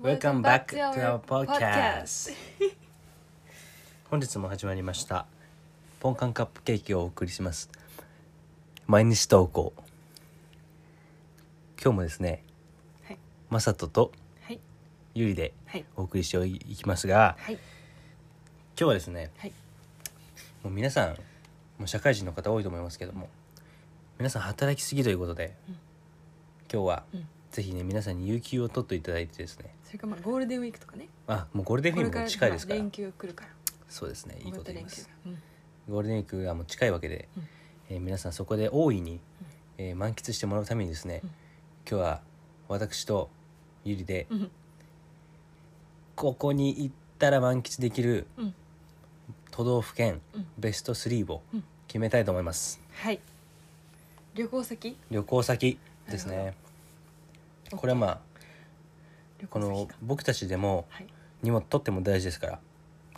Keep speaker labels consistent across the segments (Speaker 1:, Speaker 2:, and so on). Speaker 1: Welcome back to our podcast. 本日も始まりましたポンカンカップケーキをお送りします毎日投稿今日もですね
Speaker 2: はい
Speaker 1: マサトと
Speaker 2: はい
Speaker 1: ゆりで
Speaker 2: はい
Speaker 1: お送りしていきますが
Speaker 2: はい
Speaker 1: 今日はですね
Speaker 2: はい
Speaker 1: もう皆さんもう社会人の方多いと思いますけども皆さん働きすぎということで、
Speaker 2: うん
Speaker 1: 今日は
Speaker 2: うん
Speaker 1: ぜひね皆さんに有給を取っていただいてですね
Speaker 2: それからまあゴールデンウィークとかね
Speaker 1: あもうゴールデンウィークも近いですから
Speaker 2: 連休来るから
Speaker 1: そうですねいいこと言いま
Speaker 2: 大
Speaker 1: す
Speaker 2: 型連休が
Speaker 1: ゴールデンウィークがもう近いわけで、
Speaker 2: うん
Speaker 1: えー皆さんそこで大いに、えー満喫してもらうためにですね、
Speaker 2: うん
Speaker 1: 今日は私とゆりで、
Speaker 2: うんうん
Speaker 1: ここに行ったら満喫できる
Speaker 2: うん
Speaker 1: 都道府県、
Speaker 2: うん
Speaker 1: ベスト3を
Speaker 2: うん
Speaker 1: 決めたいと思います、
Speaker 2: はい旅行先
Speaker 1: 旅行先です
Speaker 2: な
Speaker 1: ねこれはまあ
Speaker 2: 旅
Speaker 1: こ
Speaker 2: 行
Speaker 1: の
Speaker 2: 先か
Speaker 1: 僕たちでも
Speaker 2: はい
Speaker 1: 荷物取っても大事ですから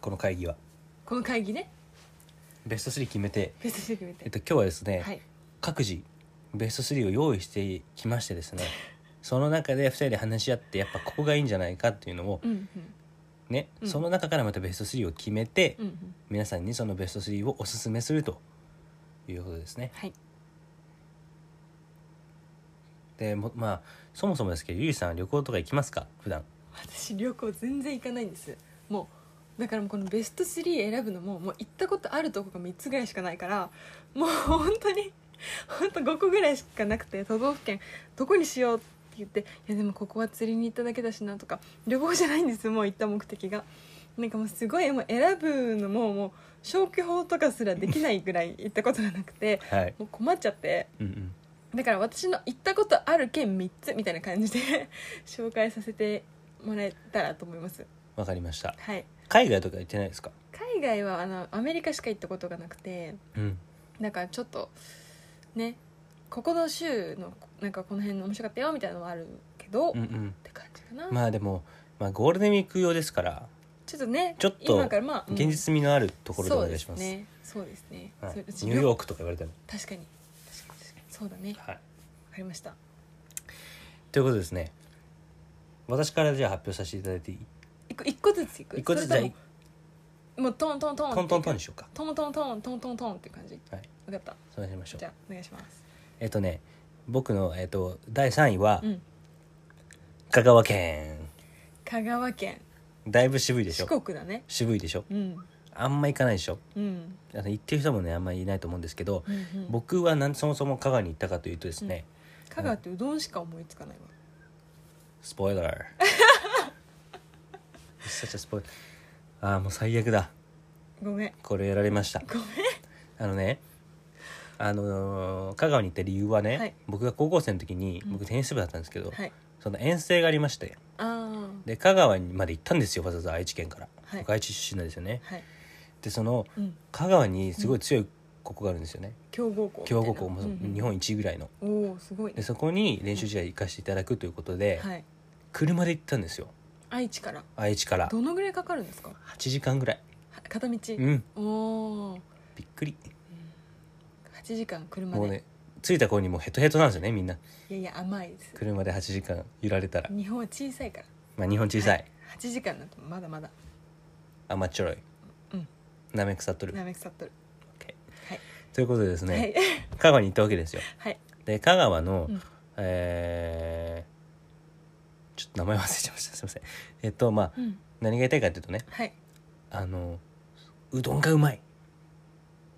Speaker 1: この会議は
Speaker 2: この会議ね
Speaker 1: ベスト3決めて、
Speaker 2: 別にしてくれ
Speaker 1: えってと、今日はですね、
Speaker 2: はい
Speaker 1: 各自ベスト3を用意してきましてです ねその中で2人で話し合ってやっぱここがいいんじゃないかっていうのを
Speaker 2: うんうん
Speaker 1: ね、
Speaker 2: うん
Speaker 1: その中からまたベスト3を決めて、
Speaker 2: うんうん
Speaker 1: 皆さんにそのベスト3をおすすめするということですね。
Speaker 2: はい
Speaker 1: でもまあそもそもですけどゆりさん旅行とか行きますか普段
Speaker 2: 私旅行全然行かないんですもうだからもうこのベスト3選ぶのももう行ったことあるとこが3つぐらいしかないからもう本当に本当5個ぐらいしかなくて都道府県どこにしようって言っていやでもここは釣りに行っただけだしなとか旅行じゃないんですもう行った目的がなんかもうすごいもう選ぶのももう消去法とかすらできないぐらい行ったことがなくて
Speaker 1: はい、
Speaker 2: もう困っちゃって
Speaker 1: うんうん、
Speaker 2: だから私の行ったことある県3つみたいな感じで 紹介させてもらえたらと思います
Speaker 1: わかりました
Speaker 2: はい
Speaker 1: 海外とか行ってないですか
Speaker 2: 海外はあのアメリカしか行ったことがなくて
Speaker 1: うん
Speaker 2: だからちょっとねここの州のなんかこの辺の面白かったよみたいなのはあるけど、
Speaker 1: うん
Speaker 2: っ
Speaker 1: うん
Speaker 2: て感じかな、
Speaker 1: まあでも、まあ、ゴールデンウィーク用ですから
Speaker 2: ちょっとね
Speaker 1: ちょっと
Speaker 2: 今からまあ、うん
Speaker 1: 現実味のあるところでお願いします,、
Speaker 2: そうですねそう
Speaker 1: は
Speaker 2: ですね、
Speaker 1: い、
Speaker 2: それ
Speaker 1: ニューヨークとか言われても、
Speaker 2: 確かに確かに確かにそうだねわ
Speaker 1: はい、
Speaker 2: かりました
Speaker 1: ということですね私からじゃあ発表させていただいていい
Speaker 2: 一個一個ずついく
Speaker 1: 一個ずつ
Speaker 2: そ
Speaker 1: じゃ
Speaker 2: れ
Speaker 1: あ
Speaker 2: とももうトントントンって
Speaker 1: トントントンにしようか
Speaker 2: トントントントントントンっていう感じ
Speaker 1: はい
Speaker 2: 分かった
Speaker 1: そうしましょう
Speaker 2: じゃあお願いします
Speaker 1: えっとね僕の、えっと、第3位は
Speaker 2: うん
Speaker 1: 香川県、
Speaker 2: 香川県
Speaker 1: だいぶ渋いでし
Speaker 2: 四
Speaker 1: ょ
Speaker 2: 国だね
Speaker 1: 渋いでしょ
Speaker 2: うん
Speaker 1: あんま行かないでしょ
Speaker 2: うん
Speaker 1: あの行ってる人もねあんまりいないと思うんですけど、
Speaker 2: うんうん
Speaker 1: 僕はなんそもそも香川に行ったかというとですね、
Speaker 2: 香川ってうどんしか思いつかないわ
Speaker 1: スポ イラー It's such a spoil- ああもう最悪だ
Speaker 2: ごめん
Speaker 1: これやられました
Speaker 2: ごめん
Speaker 1: あのねあのー香川に行った理由はね、
Speaker 2: はい
Speaker 1: 僕が高校生の時に
Speaker 2: うん
Speaker 1: 僕テニス部だったんですけど、
Speaker 2: はい
Speaker 1: その遠征がありまして
Speaker 2: ああ
Speaker 1: で香川にまで行ったんですよわざわざ愛知県から、
Speaker 2: はい
Speaker 1: 僕愛知出身なんですよね
Speaker 2: はい
Speaker 1: でその
Speaker 2: うん
Speaker 1: 香川にすごい強い高校があるんですよね
Speaker 2: 強豪校みたい
Speaker 1: 強
Speaker 2: な
Speaker 1: 豪校も
Speaker 2: うんうん
Speaker 1: 日本一ぐらいの
Speaker 2: おおすごい
Speaker 1: で
Speaker 2: ね
Speaker 1: そこに練習試合行かせていただくということで、
Speaker 2: はい
Speaker 1: 車で行ったんですよ
Speaker 2: 愛知から
Speaker 1: 愛知から
Speaker 2: どのぐらいかかるんですか
Speaker 1: 8時間ぐらい
Speaker 2: は片道
Speaker 1: うん
Speaker 2: おお
Speaker 1: びっくり
Speaker 2: 8時間車
Speaker 1: もう
Speaker 2: で
Speaker 1: ね着いた頃にもうヘトヘトなんですよねみんない
Speaker 2: やいや甘いです
Speaker 1: 車で8時間揺られたら、
Speaker 2: 日本は小さいから
Speaker 1: まあ、日本小さい、
Speaker 2: 8時間なんてまだまだ
Speaker 1: 甘っちょろい
Speaker 2: うん
Speaker 1: なめ腐っとる
Speaker 2: なめくさっとる
Speaker 1: OK
Speaker 2: はい
Speaker 1: ということでですね、
Speaker 2: はい
Speaker 1: 香川に行ったわけですよ
Speaker 2: はい
Speaker 1: で香川の、
Speaker 2: うん
Speaker 1: えーちょっと名前忘れちゃいましたすいませんえっとまあ
Speaker 2: うん
Speaker 1: 何が言いたいかっていうとね
Speaker 2: はい
Speaker 1: あのうどんがうまい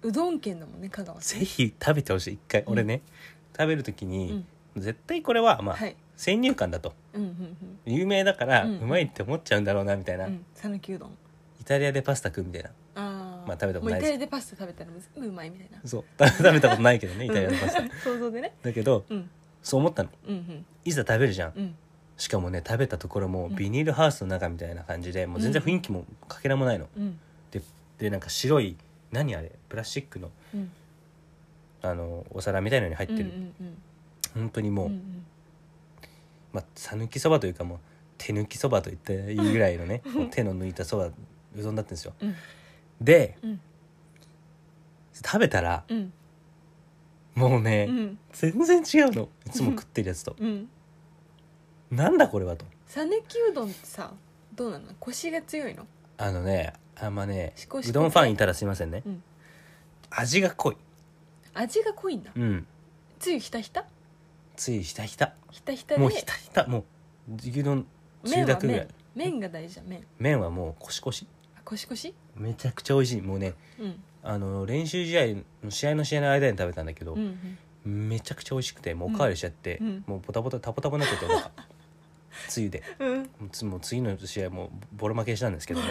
Speaker 1: う
Speaker 2: どん県だもんね香川
Speaker 1: ぜひ食べてほしい一回、
Speaker 2: うん
Speaker 1: 俺ね食べる時に、絶対これはまあ、
Speaker 2: はい
Speaker 1: 先入観だと
Speaker 2: うんうん
Speaker 1: 有名だから、う
Speaker 2: うん
Speaker 1: まいって思っちゃうんだろうなみたい
Speaker 2: うん
Speaker 1: な、
Speaker 2: うん讃岐うどん
Speaker 1: イタリアでパスタ食うみたいな
Speaker 2: ああ
Speaker 1: まあ食べたことな
Speaker 2: もうイ
Speaker 1: いです
Speaker 2: タリアでパスタ食べたらむうまいみたいな
Speaker 1: そう食べたことないけどねイタリアのパスタ、
Speaker 2: うん想像でね
Speaker 1: だけど
Speaker 2: うん
Speaker 1: そう思ったの
Speaker 2: うん
Speaker 1: いざ食べるじゃん
Speaker 2: うんうん
Speaker 1: しかもね食べたところも
Speaker 2: うん
Speaker 1: ビニールハウスの中みたいな感じで、もう全然雰囲気もかけらもないの
Speaker 2: うん
Speaker 1: でなんか白い何あれプラスチックの
Speaker 2: うん
Speaker 1: あのお皿みたいのに入ってる、
Speaker 2: うんうん
Speaker 1: 本当にも
Speaker 2: う
Speaker 1: う、
Speaker 2: んうん
Speaker 1: まあ讃岐そばというかもう手抜きそばと言っていいぐらいのねもう手の抜いたそばうどんだったんですよ
Speaker 2: うん
Speaker 1: で
Speaker 2: うん
Speaker 1: 食べたら
Speaker 2: うん
Speaker 1: もうね、
Speaker 2: うん
Speaker 1: 全然違うのいつも食ってるやつと
Speaker 2: うん
Speaker 1: なんだこれはと
Speaker 2: 讃岐うどんってさどうなのコシが強いの
Speaker 1: あのねあんまね
Speaker 2: シコシコ
Speaker 1: うどんファンいたらすいませんね、
Speaker 2: うん
Speaker 1: 味が濃い
Speaker 2: 味が濃いんだ
Speaker 1: うん
Speaker 2: つゆひたひた
Speaker 1: ついひたひた
Speaker 2: ひたひたで
Speaker 1: もうひたひたもう牛丼中
Speaker 2: 麺は
Speaker 1: 学ぐらい
Speaker 2: 麺麺が大事じゃん麺
Speaker 1: 麺はもうコシコシ
Speaker 2: あコシコシ
Speaker 1: めちゃくちゃ美味しいもうね
Speaker 2: うん
Speaker 1: あの練習試合の試合の試合の間に食べたんだけど、
Speaker 2: うんうん
Speaker 1: めちゃくちゃ美味しくてもうおかわりしちゃって、
Speaker 2: うんうん
Speaker 1: もうボタボタタポタポになっちゃってなん かつゆで
Speaker 2: うん
Speaker 1: もうつもう次の試合もうボロ負けしたんですけども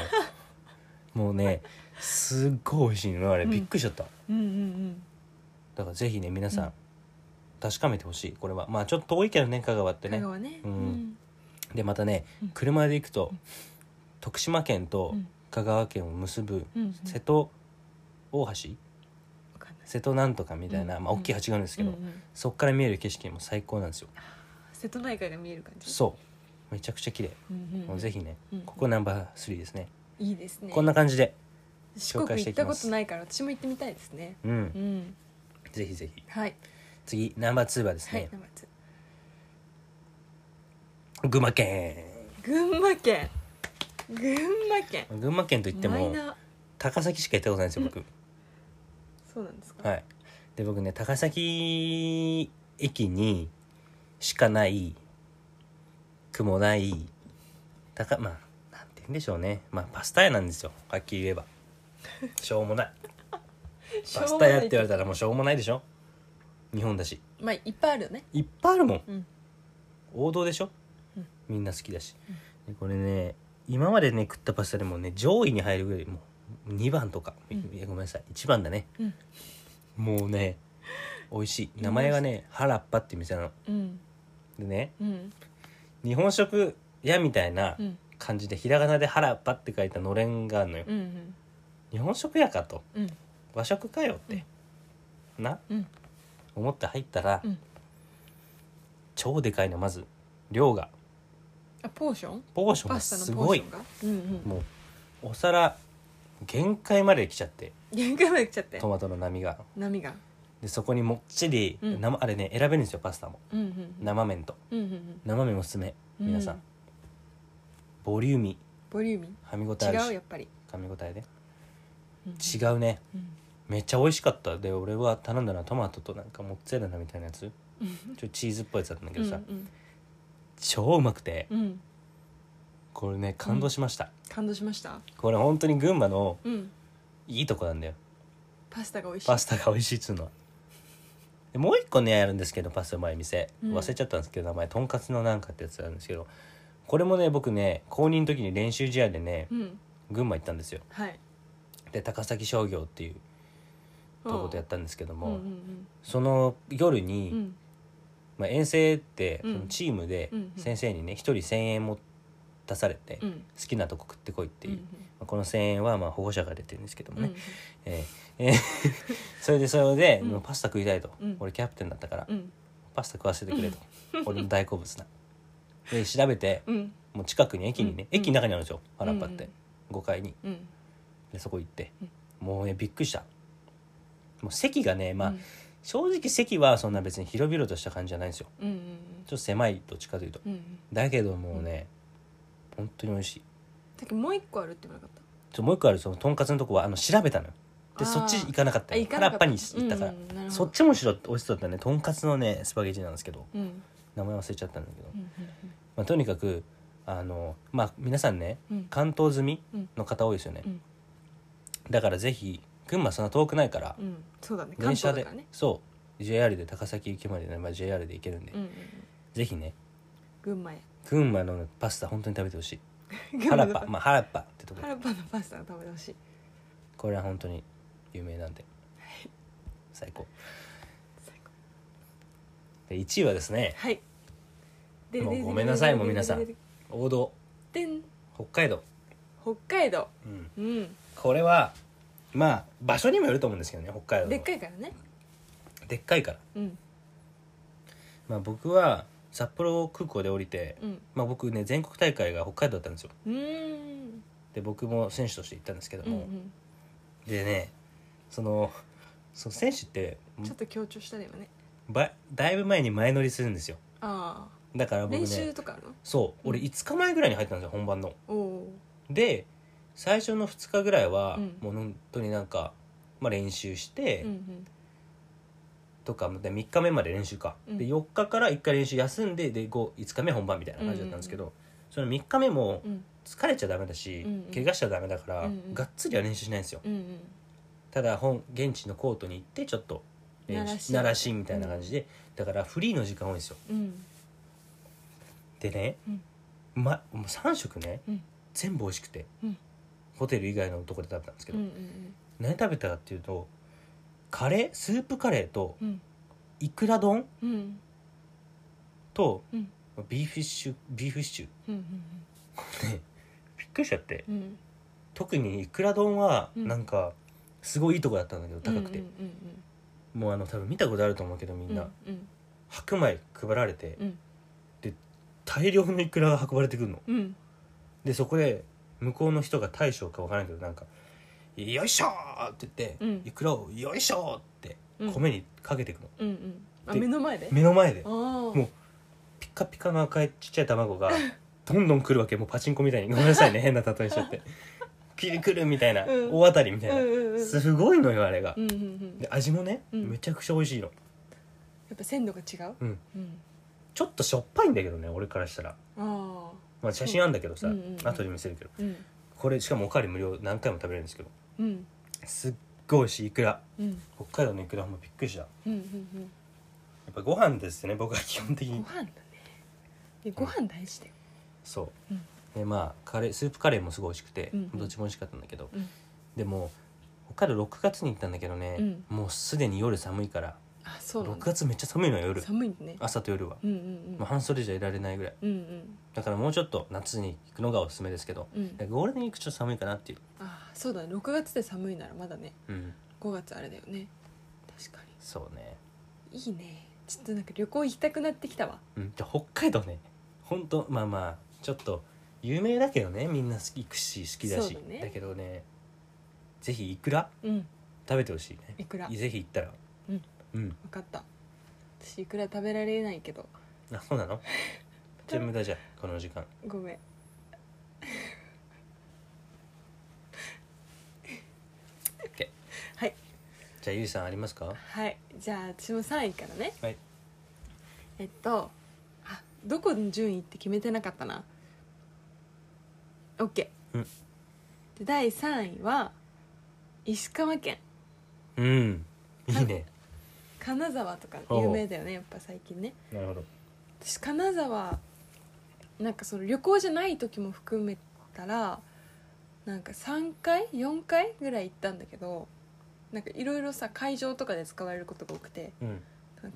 Speaker 1: もうねすっごい美味しいのあれ、
Speaker 2: うん
Speaker 1: びっくりしちゃった
Speaker 2: うんうん
Speaker 1: だからぜひね皆さん、
Speaker 2: うん
Speaker 1: 確かめてほしいこれはまあちょっと遠いけどね香川っ
Speaker 2: う
Speaker 1: て
Speaker 2: ん
Speaker 1: ね
Speaker 2: 香川ね
Speaker 1: う
Speaker 2: うんん
Speaker 1: でまたね
Speaker 2: うん
Speaker 1: 車で行くと、
Speaker 2: うん
Speaker 1: 徳島県と
Speaker 2: うん
Speaker 1: 香川県を結ぶ
Speaker 2: うんうん
Speaker 1: 瀬戸大橋
Speaker 2: わかんない
Speaker 1: 瀬戸なんとかみたいな、
Speaker 2: うん
Speaker 1: まあ、大きい橋があるんですけど、
Speaker 2: うんうん
Speaker 1: そっから見える景色も最高なんですよ
Speaker 2: 瀬戸内海が見える感じ
Speaker 1: そうめちゃくちゃ綺麗、
Speaker 2: うんうん
Speaker 1: もうぜひね
Speaker 2: うん
Speaker 1: ここナンバー3ですね、
Speaker 2: いいですね
Speaker 1: こんな感じで
Speaker 2: 四
Speaker 1: 紹介
Speaker 2: 国
Speaker 1: し
Speaker 2: 行
Speaker 1: てい
Speaker 2: っ
Speaker 1: き
Speaker 2: た
Speaker 1: ま
Speaker 2: こ
Speaker 1: す
Speaker 2: とないから私も行ってみたいですね
Speaker 1: うん、
Speaker 2: うん
Speaker 1: ぜひぜひ
Speaker 2: はい
Speaker 1: 次ナンバー2はです
Speaker 2: はい
Speaker 1: ね、
Speaker 2: ナンバーツー
Speaker 1: 群馬県
Speaker 2: 群馬県群馬県
Speaker 1: 群馬県といって
Speaker 2: マイ
Speaker 1: も
Speaker 2: ナー
Speaker 1: 高崎しか行ったことないんですよ僕、
Speaker 2: そうなんですか
Speaker 1: はいで僕ね高崎駅にしかない雲ない高まあなんて言うんでしょうねまあパスタ屋なんですよはっきり言えばしょうも ないパスタ屋って言われたらもうしょうもないでしょ日本だし
Speaker 2: まあいっぱいあるよね
Speaker 1: いっぱいあるもん
Speaker 2: うん
Speaker 1: 王道でしょ、
Speaker 2: うん
Speaker 1: みんな好きだし、でこれね今までね食ったパスタでもね上位に入るぐらいもう2番とか、
Speaker 2: うん
Speaker 1: いやごめんなさい1番だね
Speaker 2: うん
Speaker 1: もうね美味しい名前がね原っぱっていう店なの
Speaker 2: うん
Speaker 1: でね
Speaker 2: うん
Speaker 1: 日本食屋みたいな
Speaker 2: うん
Speaker 1: 感じでひらがなで原っぱって書いたのれんがあるのよ、
Speaker 2: うん
Speaker 1: 日本食屋かと
Speaker 2: うん
Speaker 1: 和食かよって、な
Speaker 2: うん
Speaker 1: 思って入ったら、
Speaker 2: うん
Speaker 1: 超でかいのまず量が
Speaker 2: あポーション
Speaker 1: ポーション
Speaker 2: パ
Speaker 1: が
Speaker 2: ス
Speaker 1: す
Speaker 2: タのポ
Speaker 1: ご
Speaker 2: ーシ
Speaker 1: い
Speaker 2: ョンがうんうん
Speaker 1: もうお皿限界まで来ちゃって
Speaker 2: 限界まで来ちゃって
Speaker 1: トマトの波が
Speaker 2: 波が
Speaker 1: でそこにもっちり、
Speaker 2: うん
Speaker 1: 生あれね選べるんですよパスタも
Speaker 2: うんうん
Speaker 1: 生麺と
Speaker 2: うんうんうん
Speaker 1: 生麺おすすめ
Speaker 2: うん
Speaker 1: 皆さん、ボリューミ
Speaker 2: ボリューミ
Speaker 1: ーはみ応えある
Speaker 2: ー違う
Speaker 1: し
Speaker 2: やっぱり
Speaker 1: 噛み応えで
Speaker 2: うん
Speaker 1: 違うね
Speaker 2: うん
Speaker 1: めっちゃ美味しかったで俺は頼んだのはトマトとなんかモッツァレラみたいなやつちょっとチーズっぽいやつだったんだけどさ、
Speaker 2: うん
Speaker 1: 超うまくて
Speaker 2: うんうん
Speaker 1: これね感動しました、
Speaker 2: 感動しました
Speaker 1: これ本当に群馬の
Speaker 2: うん
Speaker 1: いいとこなんだよ
Speaker 2: パスタが美味しい
Speaker 1: パスタが美味しいっつうのはでもう一個ねあるんですけどパスタうまい店
Speaker 2: うん
Speaker 1: 忘れちゃったんですけど、名前とんかつのなんかってやつなんですけどこれもね僕ね公認の時に練習試合でね
Speaker 2: うん
Speaker 1: 群馬行ったんですよ
Speaker 2: はい
Speaker 1: で高崎商業っていうとことやったんですけど
Speaker 2: た
Speaker 1: も、
Speaker 2: もうん
Speaker 1: その夜
Speaker 2: う
Speaker 1: に、
Speaker 2: んうん
Speaker 1: まあ、遠征ってそ
Speaker 2: うん
Speaker 1: のチームで
Speaker 2: うんうん
Speaker 1: 先生にね一人1,000円も出されて、
Speaker 2: うん
Speaker 1: 好きなとこ食ってこいっていう、
Speaker 2: うんうん
Speaker 1: まあこの1,000円はまあ保護者が出てるんですけどもね、
Speaker 2: う
Speaker 1: えー えーそれでそれで、
Speaker 2: うん
Speaker 1: もうパスタ食いたいと、
Speaker 2: うん
Speaker 1: 俺キャプテンだったから、
Speaker 2: んうん
Speaker 1: パスタ食わせてくれと俺の大好物なで調べて
Speaker 2: うん
Speaker 1: もう近くに駅にね、
Speaker 2: うん
Speaker 1: 駅の中にあるんですよ原っぱって、5階に
Speaker 2: うん
Speaker 1: でそこ行って、
Speaker 2: うん
Speaker 1: もうねびっくりしたもう席がねまあ、
Speaker 2: うん
Speaker 1: 正直席はそんな別に広々とした感じじゃないんですよ
Speaker 2: うんうん
Speaker 1: ちょっと狭いどっちかというと
Speaker 2: うんうん
Speaker 1: だけどもうね、本当に美味しい
Speaker 2: だけどもう一個あるって言わなかっ
Speaker 1: ちょもう一個あるそのとんかつのとこはあの調べたのよで
Speaker 2: あー
Speaker 1: そっち行かなかった
Speaker 2: た
Speaker 1: よ
Speaker 2: あ行かな
Speaker 1: 原
Speaker 2: か
Speaker 1: っ
Speaker 2: った
Speaker 1: ぱに行ったから、
Speaker 2: うんうんなるほど
Speaker 1: そっちもしろ美味しそうだったねとんかつのねスパゲティなんですけど
Speaker 2: うんうん
Speaker 1: 名前忘れちゃったんだけど、
Speaker 2: うん
Speaker 1: まあ、とにかくあのまあ皆さんね
Speaker 2: うんうん
Speaker 1: 関東済みの方多いですよね、
Speaker 2: うん
Speaker 1: だからぜひ群馬そんな遠くないから、
Speaker 2: うんそうだね
Speaker 1: 電
Speaker 2: 関
Speaker 1: 車
Speaker 2: 東だ
Speaker 1: で、
Speaker 2: からね
Speaker 1: そう JR で高崎行きまで、ねまあ、JR で行けるんで、
Speaker 2: うんうん
Speaker 1: ぜひね
Speaker 2: 群馬や
Speaker 1: 群馬のパスタ本当に食べてほしい
Speaker 2: 群
Speaker 1: ハ
Speaker 2: 馬
Speaker 1: ラ
Speaker 2: の
Speaker 1: パまあハラパってとこ
Speaker 2: ハラパのパスタが食べてほしい
Speaker 1: これは本当に有名なんで最高
Speaker 2: 最高
Speaker 1: で1位はですね
Speaker 2: はいで
Speaker 1: もう
Speaker 2: でで
Speaker 1: ごめんなさい
Speaker 2: でで
Speaker 1: もう皆さん
Speaker 2: ででで
Speaker 1: 王道
Speaker 2: でん
Speaker 1: 北海道、
Speaker 2: 北海道
Speaker 1: うん、
Speaker 2: うん
Speaker 1: これはまあ場所にもよると思うんですけどね北海道の
Speaker 2: でっかいからね
Speaker 1: でっかいから
Speaker 2: うん
Speaker 1: まあ、僕は札幌空港で降りて、
Speaker 2: うん
Speaker 1: まあ、僕ね全国大会が北海道だったんですよ
Speaker 2: うーん
Speaker 1: で僕も選手として行ったんですけど
Speaker 2: うんう
Speaker 1: も、
Speaker 2: ん
Speaker 1: でねそのその選手って
Speaker 2: ちょっと強調したね今ね
Speaker 1: ばだいぶ前に前乗りするんですよ
Speaker 2: ああ
Speaker 1: だから僕
Speaker 2: 練習
Speaker 1: ね
Speaker 2: とかあるの
Speaker 1: そう俺5日前ぐらいに入ったんですよ本番の
Speaker 2: おお
Speaker 1: で最初の2日ぐらいは、
Speaker 2: うん
Speaker 1: もう本当になんか、まあ、練習して、
Speaker 2: ーうん
Speaker 1: とかで3日目まで練習か、
Speaker 2: うん
Speaker 1: で4日から1回練習休んでで 5, 5日目本番みたいな感じだったんですけど、その3日目も
Speaker 2: うんうん
Speaker 1: 疲れちゃダメだし、
Speaker 2: うんうん
Speaker 1: 怪我しちゃダメだから、
Speaker 2: うんうん
Speaker 1: がっつりは練習しないんですよ
Speaker 2: うんうん
Speaker 1: ただ本現地のコートに行ってちょっと練習
Speaker 2: 鳴らし
Speaker 1: 鳴らしみたいな感じで、だからフリーの時間多いんですよ
Speaker 2: うん
Speaker 1: でね、
Speaker 2: うん
Speaker 1: ま、もう3食ね、
Speaker 2: うん
Speaker 1: 全部美味しくて、
Speaker 2: うん
Speaker 1: ホテル以外のとこで食べたんですけ
Speaker 2: うん
Speaker 1: ど、何食べたかっていうとカレースープカレーと
Speaker 2: うん
Speaker 1: イクラ丼
Speaker 2: うんうん
Speaker 1: と、
Speaker 2: うん
Speaker 1: ビーフィッシュビーフシチュー
Speaker 2: うんうん
Speaker 1: ねびっくりしちゃって
Speaker 2: うんうん
Speaker 1: 特にいくら丼は
Speaker 2: うん
Speaker 1: なんかすごいいいとこだったんだけど高くて、
Speaker 2: うんうん
Speaker 1: もうあの多分見たことあると思うけどみ
Speaker 2: うんうん
Speaker 1: んな、
Speaker 2: うん
Speaker 1: 白米配られて
Speaker 2: うん
Speaker 1: 大量のいくらが運ばれてくるの
Speaker 2: うん
Speaker 1: でそこで向こうの人が大将か分からないけどなんか「よいしょ!」って言って、
Speaker 2: うん
Speaker 1: いくらを「よいしょ!」って
Speaker 2: うん
Speaker 1: 米にかけてくの、
Speaker 2: うんうんあ
Speaker 1: で
Speaker 2: 目の前で
Speaker 1: 目の前で
Speaker 2: ああ
Speaker 1: もうピカピカの赤いちっちゃい卵がどんどん来るわけもうパチンコみたいにごめんなさい ね変な例えしちゃってキリくるみたいな、
Speaker 2: うん
Speaker 1: 大当たりみたいな、
Speaker 2: うんうんうん
Speaker 1: すごいのよあれが、
Speaker 2: うんうんうん
Speaker 1: で味もね、
Speaker 2: うん
Speaker 1: めちゃくちゃ美味しいの
Speaker 2: やっぱ鮮度が違う
Speaker 1: うん
Speaker 2: うん
Speaker 1: ちょっとしょっぱいんだけどね俺からしたら、
Speaker 2: あ
Speaker 1: まあ、写真あんだけどさ、
Speaker 2: うんうんうん
Speaker 1: 後で見せるけど
Speaker 2: あうん
Speaker 1: これしかもおかわり無料何回も食べれるんですけど
Speaker 2: うん
Speaker 1: すっごい美味しいいくら
Speaker 2: うん
Speaker 1: 北海道のいくらもびっくりしたや
Speaker 2: うんうん
Speaker 1: っぱご飯ですね僕は基本的
Speaker 2: うん
Speaker 1: に
Speaker 2: ご飯だねえご飯大事だよ
Speaker 1: そ
Speaker 2: う
Speaker 1: う、
Speaker 2: ん
Speaker 1: でまあカレースープカレーもすごい美味しくて、
Speaker 2: うんうん
Speaker 1: どっちも美味しかったんだけど、
Speaker 2: うん
Speaker 1: でも北海道6月に行ったんだけどね、
Speaker 2: うん
Speaker 1: もうすでに夜寒いから
Speaker 2: あそうな
Speaker 1: 6
Speaker 2: んだ
Speaker 1: 月めっちゃ寒いのよ夜
Speaker 2: 寒いね
Speaker 1: 朝と夜は、
Speaker 2: うんうんう
Speaker 1: まあ、
Speaker 2: ん
Speaker 1: 半袖じゃいられないぐらい
Speaker 2: うんうん
Speaker 1: だからもうちょっと夏に行くのがおすすめですけど
Speaker 2: うん
Speaker 1: ゴールデンウィークちょっと寒いかなっていう、
Speaker 2: あそうだね6月で寒いならまだね
Speaker 1: うん、
Speaker 2: 5月あれだよね確か
Speaker 1: そうね、
Speaker 2: にいいねちょっとなんか旅行行きたくなってきたわ
Speaker 1: うん、じゃあ北海道ねほんとまあまあちょっと有名だけどねみんな好き行くし好きだし
Speaker 2: そうだね
Speaker 1: けどねぜひいくら
Speaker 2: うん
Speaker 1: 食べてほしいね
Speaker 2: いくら分
Speaker 1: ぜひ行ったら
Speaker 2: うん、
Speaker 1: うん、
Speaker 2: かった私いくら食べられないけど
Speaker 1: あそうな のじゃあ無駄じゃんこの時間
Speaker 2: ごめん
Speaker 1: ケ
Speaker 2: はい
Speaker 1: じゃあゆいさんありますか
Speaker 2: はいじゃあ私も3位からね
Speaker 1: はい
Speaker 2: えっとあどこの順位って決めてなかったな OK、
Speaker 1: うん
Speaker 2: で第3位は石川県
Speaker 1: うんいいね
Speaker 2: 金沢とか
Speaker 1: おう
Speaker 2: 有名だよねやっぱ最近ね
Speaker 1: なるほど
Speaker 2: 私金沢なんかその旅行じゃない時も含めたらなんか3回4回ぐらい行ったんだけどなんかいろいろさ会場とかで使われることが多くて
Speaker 1: うん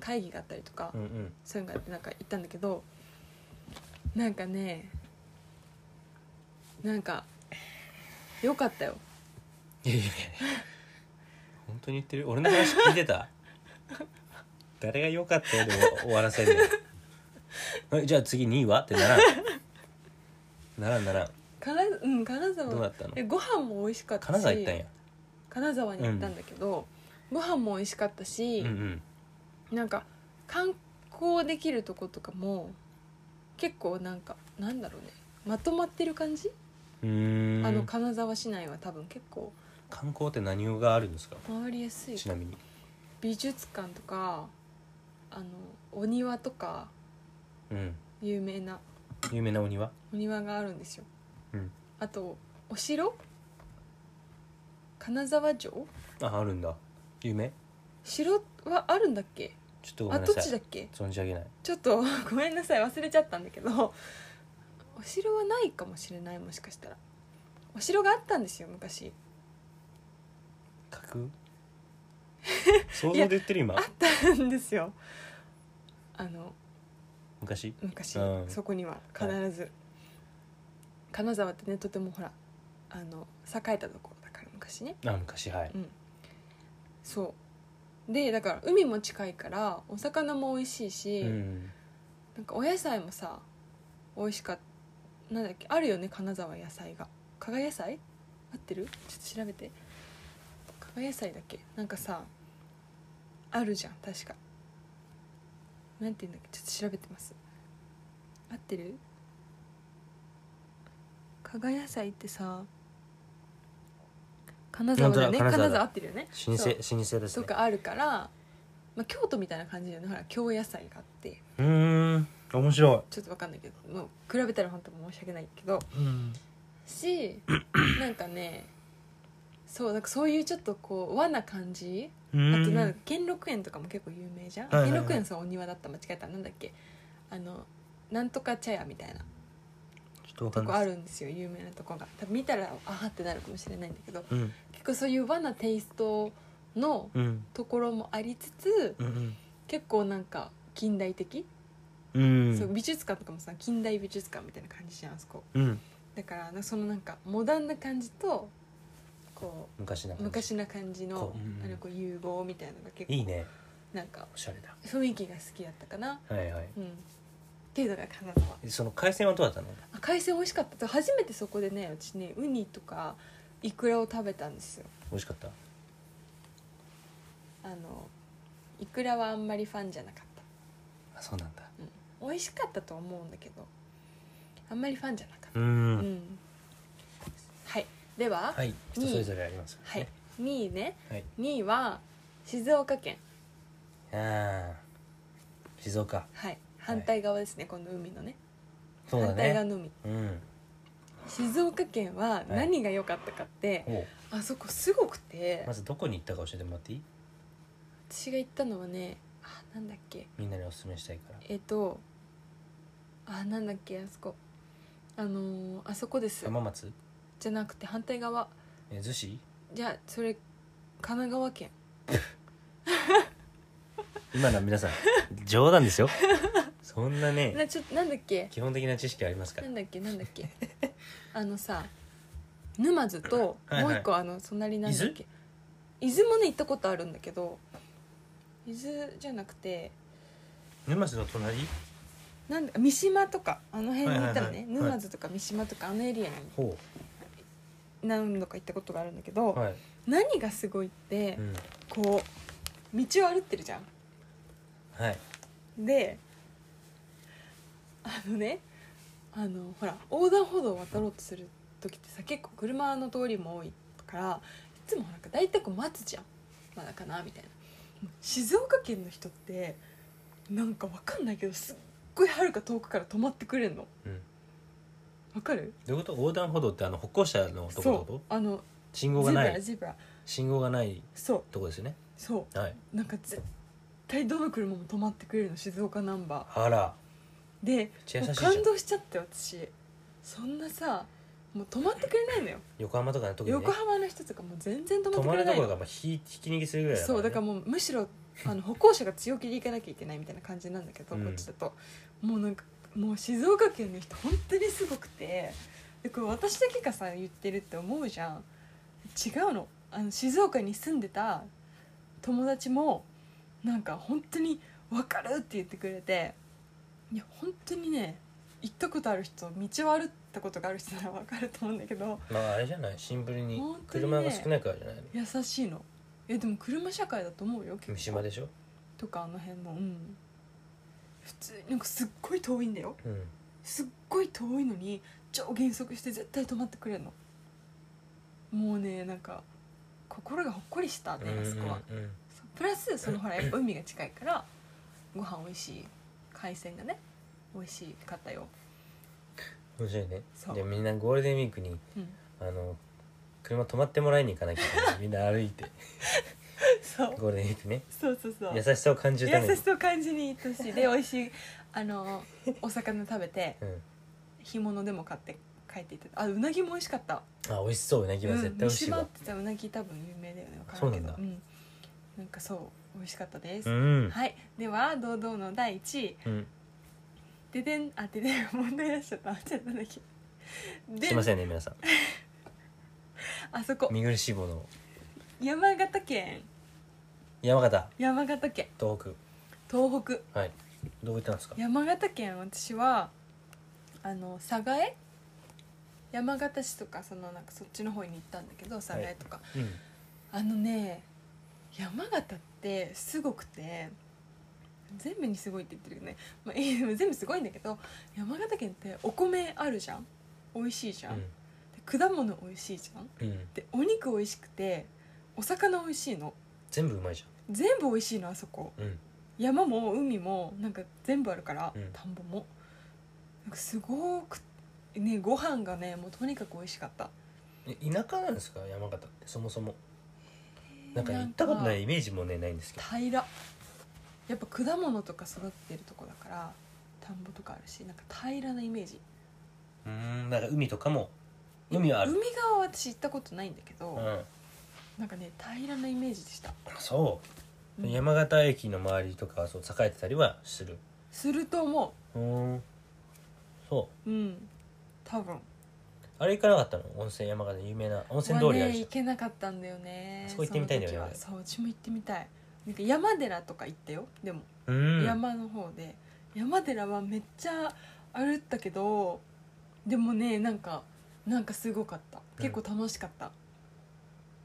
Speaker 2: 会議があったりとか、
Speaker 1: うんうん
Speaker 2: そういうのがあってなんか行ったんだけどなんかねなんかよかったよ
Speaker 1: いやいやいや本当に言ってる俺の話聞いてた誰が良かったよでも終わらせるの えじゃあ次2位はってならんならんならん
Speaker 2: 金,、うん、金
Speaker 1: どうだ
Speaker 2: 沢
Speaker 1: ったの
Speaker 2: えご飯も美味しかったし
Speaker 1: 金沢行ったんや
Speaker 2: 金沢に行ったんだけど、ご飯も美味しかったし、
Speaker 1: うんうん
Speaker 2: なんか観光できるとことかも結構なんかなんだろうねまとまってる感じ、
Speaker 1: うーん
Speaker 2: あの金沢市内は多分結構
Speaker 1: 観光って何があるんですか
Speaker 2: 回りやすい
Speaker 1: ちなみに
Speaker 2: 美術館とかあのお庭とか
Speaker 1: うん
Speaker 2: 有名な
Speaker 1: 有名なお庭
Speaker 2: お庭があるんですよ、
Speaker 1: うん
Speaker 2: あとお城金沢城
Speaker 1: ああるんだ有名
Speaker 2: 城はあるんだっけ
Speaker 1: ちょっとごめんな
Speaker 2: 跡
Speaker 1: さ
Speaker 2: 地だ
Speaker 1: い
Speaker 2: っけ
Speaker 1: 存じ上げない
Speaker 2: ちょっと ごめんなさい忘れちゃったんだけどお城はないかもしれないもしかしたらお城があったんですよ昔
Speaker 1: 架 空想像で言ってる今
Speaker 2: あったんですよあの
Speaker 1: 昔
Speaker 2: 昔、
Speaker 1: うん
Speaker 2: そこには必ず、金沢ってねとてもほらあの栄えたところだから昔ね
Speaker 1: あ昔はい
Speaker 2: うんそうでだから海も近いからお魚も美味しいし、
Speaker 1: うん
Speaker 2: なんかお野菜もさ美味しかったなんだっけあるよね金沢野菜が加賀野菜合ってるちょっと調べて加賀野菜だっけなんかさあるじゃん確かなんて言うんだっけちょっと調べてます合ってる加賀野菜ってさ金沢だよね
Speaker 1: 本
Speaker 2: 金
Speaker 1: 当だ金沢だ
Speaker 2: 沢合ってるよね
Speaker 1: 新
Speaker 2: そう
Speaker 1: 生新生です
Speaker 2: と
Speaker 1: ね
Speaker 2: かあるから、まあ、京都みたいな感じだよねほら京野菜があって
Speaker 1: うーん面白
Speaker 2: ちょっとわかんないけどもう比べたら本当申し訳ないけど
Speaker 1: いうん
Speaker 2: し なんかねそうなんかそういうちょっとこう和な感じあ
Speaker 1: う
Speaker 2: と
Speaker 1: ーん
Speaker 2: なんか兼六園とかも結構有名じゃん、
Speaker 1: はいはいはい
Speaker 2: 兼六園さんお庭だった間違えたなんだっけあのなんとか茶屋みたいな
Speaker 1: ちょっとわか
Speaker 2: と
Speaker 1: ん
Speaker 2: こ
Speaker 1: な
Speaker 2: あ
Speaker 1: い
Speaker 2: るんですよ有名なとこが多分見たらあーってなるかもしれないんだけど
Speaker 1: うん
Speaker 2: 結構そういう和なテイストの
Speaker 1: うん
Speaker 2: ところもありつつ
Speaker 1: うん
Speaker 2: 結構なんか近代的、
Speaker 1: うん
Speaker 2: そう美術館とかもさ近代美術館みたいな感じじゃんあそこ
Speaker 1: うん
Speaker 2: だからなんかそのなんかモダンな感じとこ
Speaker 1: 昔だ
Speaker 2: う昔な感じの
Speaker 1: こううん
Speaker 2: あのこう融合みたいなのが結
Speaker 1: いい
Speaker 2: 構
Speaker 1: ね
Speaker 2: なんか
Speaker 1: おしゃれだ
Speaker 2: 雰囲気が好きだったかな
Speaker 1: はいはい
Speaker 2: うんっていうのが金沢
Speaker 1: その海鮮はどうだったの
Speaker 2: あ海鮮美味しかった初めてそこでねうちねウニとかイクラを食べたんですよ
Speaker 1: 美味しかった
Speaker 2: あのイクラはあんまりファンじゃなかった
Speaker 1: あそうなんだ
Speaker 2: 美味しかったと思うんだけどあんまりファンじゃなかっ
Speaker 1: う
Speaker 2: た、うん
Speaker 1: ん
Speaker 2: はいでは、
Speaker 1: はい人それぞれありますよ
Speaker 2: はい
Speaker 1: ね
Speaker 2: 2位ね
Speaker 1: はい
Speaker 2: 2位は静岡県
Speaker 1: あー静岡
Speaker 2: はい反対側ですね、この海のね
Speaker 1: そうだ
Speaker 2: 反対側
Speaker 1: ね
Speaker 2: の海
Speaker 1: うん
Speaker 2: 静岡県は何が良かったかって、
Speaker 1: おう
Speaker 2: あそこすごくて
Speaker 1: まずどこに行ったか教えてもらっていい
Speaker 2: 私が行ったのはねあなんだっけ
Speaker 1: みんなにおすすめしたいから
Speaker 2: えっ、とあなんだっけあそこあのーあそこです
Speaker 1: 浜松
Speaker 2: じゃなくて反対側
Speaker 1: え逗子
Speaker 2: じゃあそれ神奈川県
Speaker 1: 今のは皆さん冗談ですよそんなね
Speaker 2: なちょっとなんだっけ
Speaker 1: 基本的な知識ありますか
Speaker 2: な
Speaker 1: ら
Speaker 2: んだっけなんだっけあのさ沼津と
Speaker 1: はい
Speaker 2: も
Speaker 1: はいう
Speaker 2: 一個あの隣なんだっけ伊豆もね行ったことあるんだけど伊豆じゃなくて
Speaker 1: 沼津の隣
Speaker 2: なんだ三島とかあの辺に行ったのね、
Speaker 1: はいはいはい
Speaker 2: 沼津とか三島とかあのエリアに
Speaker 1: ほ
Speaker 2: 何度か行ったことがあるんだけど、
Speaker 1: うはい、
Speaker 2: 何がすごいって、
Speaker 1: うん、
Speaker 2: こう道を歩ってるじゃん
Speaker 1: はい
Speaker 2: であのねあのほら横断歩道を渡ろうとする時ってさ結構車の通りも多いからいつもなんか大体こう待つじゃんまだかなみたいなもう静岡県の人ってなんかわかんないけどすっごいはるか遠くから止まってくれんの
Speaker 1: うん、
Speaker 2: わかる
Speaker 1: どういうこと横断歩道ってあの歩行者のところ
Speaker 2: そ
Speaker 1: って
Speaker 2: う
Speaker 1: こと
Speaker 2: あの
Speaker 1: 信号が
Speaker 2: ゼブ
Speaker 1: な
Speaker 2: ラ
Speaker 1: い
Speaker 2: ゼブラ
Speaker 1: 信号がない
Speaker 2: そう
Speaker 1: とこですよね
Speaker 2: そ
Speaker 1: はい。
Speaker 2: うなんか絶対どの車も止まってくれるの静岡ナンバ
Speaker 1: あら、
Speaker 2: ーで
Speaker 1: めっちゃ優
Speaker 2: も
Speaker 1: し
Speaker 2: う
Speaker 1: いじゃん
Speaker 2: 感。動しちゃって私そんなさもう止まってくれないのよ、
Speaker 1: 横浜とかの特にね
Speaker 2: 横。浜の人とかもう全然止まって
Speaker 1: 泊
Speaker 2: く
Speaker 1: ま
Speaker 2: れ
Speaker 1: る
Speaker 2: な
Speaker 1: と
Speaker 2: い
Speaker 1: こ
Speaker 2: の
Speaker 1: ろがまあひ引き逃げするぐらいだから、
Speaker 2: そうだからもうむしろあの歩行者が強気で行かなきゃいけないみたいな感じなんだけど、
Speaker 1: うん
Speaker 2: こっちだともうなんかもう静岡県の人本当にすごくてでこれ私だけがさ言ってるって思うじゃん違うのあの静岡に住んでた友達もなんか本当に「分かる!」って言ってくれていや本当にね行ったことある人道を歩ったことがある人なら分かると思うんだけど
Speaker 1: まああれじゃない、シンプルに
Speaker 2: 本当にね
Speaker 1: 車が少ないからじゃないの。
Speaker 2: 優しいのいやでも車社会だと思うよ結構
Speaker 1: 三島でしょ。
Speaker 2: とかあの辺のうん普通になんかすっごい遠いんだよ
Speaker 1: うん。
Speaker 2: すっごい遠いのに超減速して絶対止まってくれるのもうねなんか心がほっこりしたねあそこは、
Speaker 1: うんうんうん
Speaker 2: そうプラスそのほらやっぱ海が近いからご飯美味しい海鮮がね美味しかったよ、
Speaker 1: 面白いね
Speaker 2: そう。
Speaker 1: でみんなゴールデンウィークに
Speaker 2: うん、
Speaker 1: あの車止まってもらいに行かなきゃいけ ない。みんな歩いて
Speaker 2: そう
Speaker 1: ゴールデンウィークね。
Speaker 2: そうそうそう
Speaker 1: 優しさを感じるため
Speaker 2: 優
Speaker 1: に
Speaker 2: し。さを感じに行ったしで美味しいあのお魚食べて
Speaker 1: うん。
Speaker 2: 干物でも買って帰っていってあうなぎも美味しかった
Speaker 1: あ、美味しそう。うなぎは絶対美味しいわ
Speaker 2: うん、三島っ。てさうなぎ多分有名だよね分からんけど
Speaker 1: そうなんだ
Speaker 2: んなんかそう美味しかったです、
Speaker 1: うん。
Speaker 2: はいでは堂々の第1位
Speaker 1: うん。
Speaker 2: ででんあででん 問題出しちゃったあちょっとなんだっけです
Speaker 1: いませんね皆さん。
Speaker 2: あそこ
Speaker 1: 見苦しいものを。
Speaker 2: 山形県
Speaker 1: 山形、
Speaker 2: 山形県
Speaker 1: 東北。
Speaker 2: 東北
Speaker 1: はい。どう行ったんですか。
Speaker 2: 山形県私はあの寒河江山形市とかそのなんかそっちの方に行ったんだけど寒河江とか、
Speaker 1: うん。
Speaker 2: あのね山形ってすごくて全部にすごいって言ってるけどね、まあ、いいでも全部すごいんだけど山形県ってお米あるじゃん美味しいじゃん、で果物美味しいじゃん
Speaker 1: うん、うん、
Speaker 2: でお肉美味しくてお魚美味しいの
Speaker 1: 全部うまいじ
Speaker 2: 全部美味しいのあそこ
Speaker 1: ゃんうん
Speaker 2: 山も海もなんか全部あるから、
Speaker 1: うん
Speaker 2: 田んぼもなんかすごくねご飯がねもうとにかく美味しかった
Speaker 1: え田舎なんですか山形ってそもそもなんか行ったことないイメージもねないんですけど
Speaker 2: 平らやっぱ果物とか育ってるとこだから田んぼとかあるしなんか平らなイメージ
Speaker 1: うーんなんか海とかも海はある
Speaker 2: 海側は私行ったことないんだけど、
Speaker 1: うん
Speaker 2: なんかね平らなイメージでした、
Speaker 1: そう、
Speaker 2: うん
Speaker 1: 山形駅の周りとかはそう栄えてたりはする
Speaker 2: すると思
Speaker 1: うんそう
Speaker 2: うん多分
Speaker 1: うあれ行かなかったの温泉山形有名な温泉通りあ
Speaker 2: は
Speaker 1: る
Speaker 2: ね
Speaker 1: じ
Speaker 2: 行けなかったんだよね
Speaker 1: あそこ行ってみたいんだよね
Speaker 2: その時はそううちも行ってみたいなんか山寺とか行ったよでも、
Speaker 1: ゃんうん
Speaker 2: 山の方で山寺はめっちゃ歩ったけどでもねなんかなんかすごかった
Speaker 1: うん
Speaker 2: 結構楽しかった、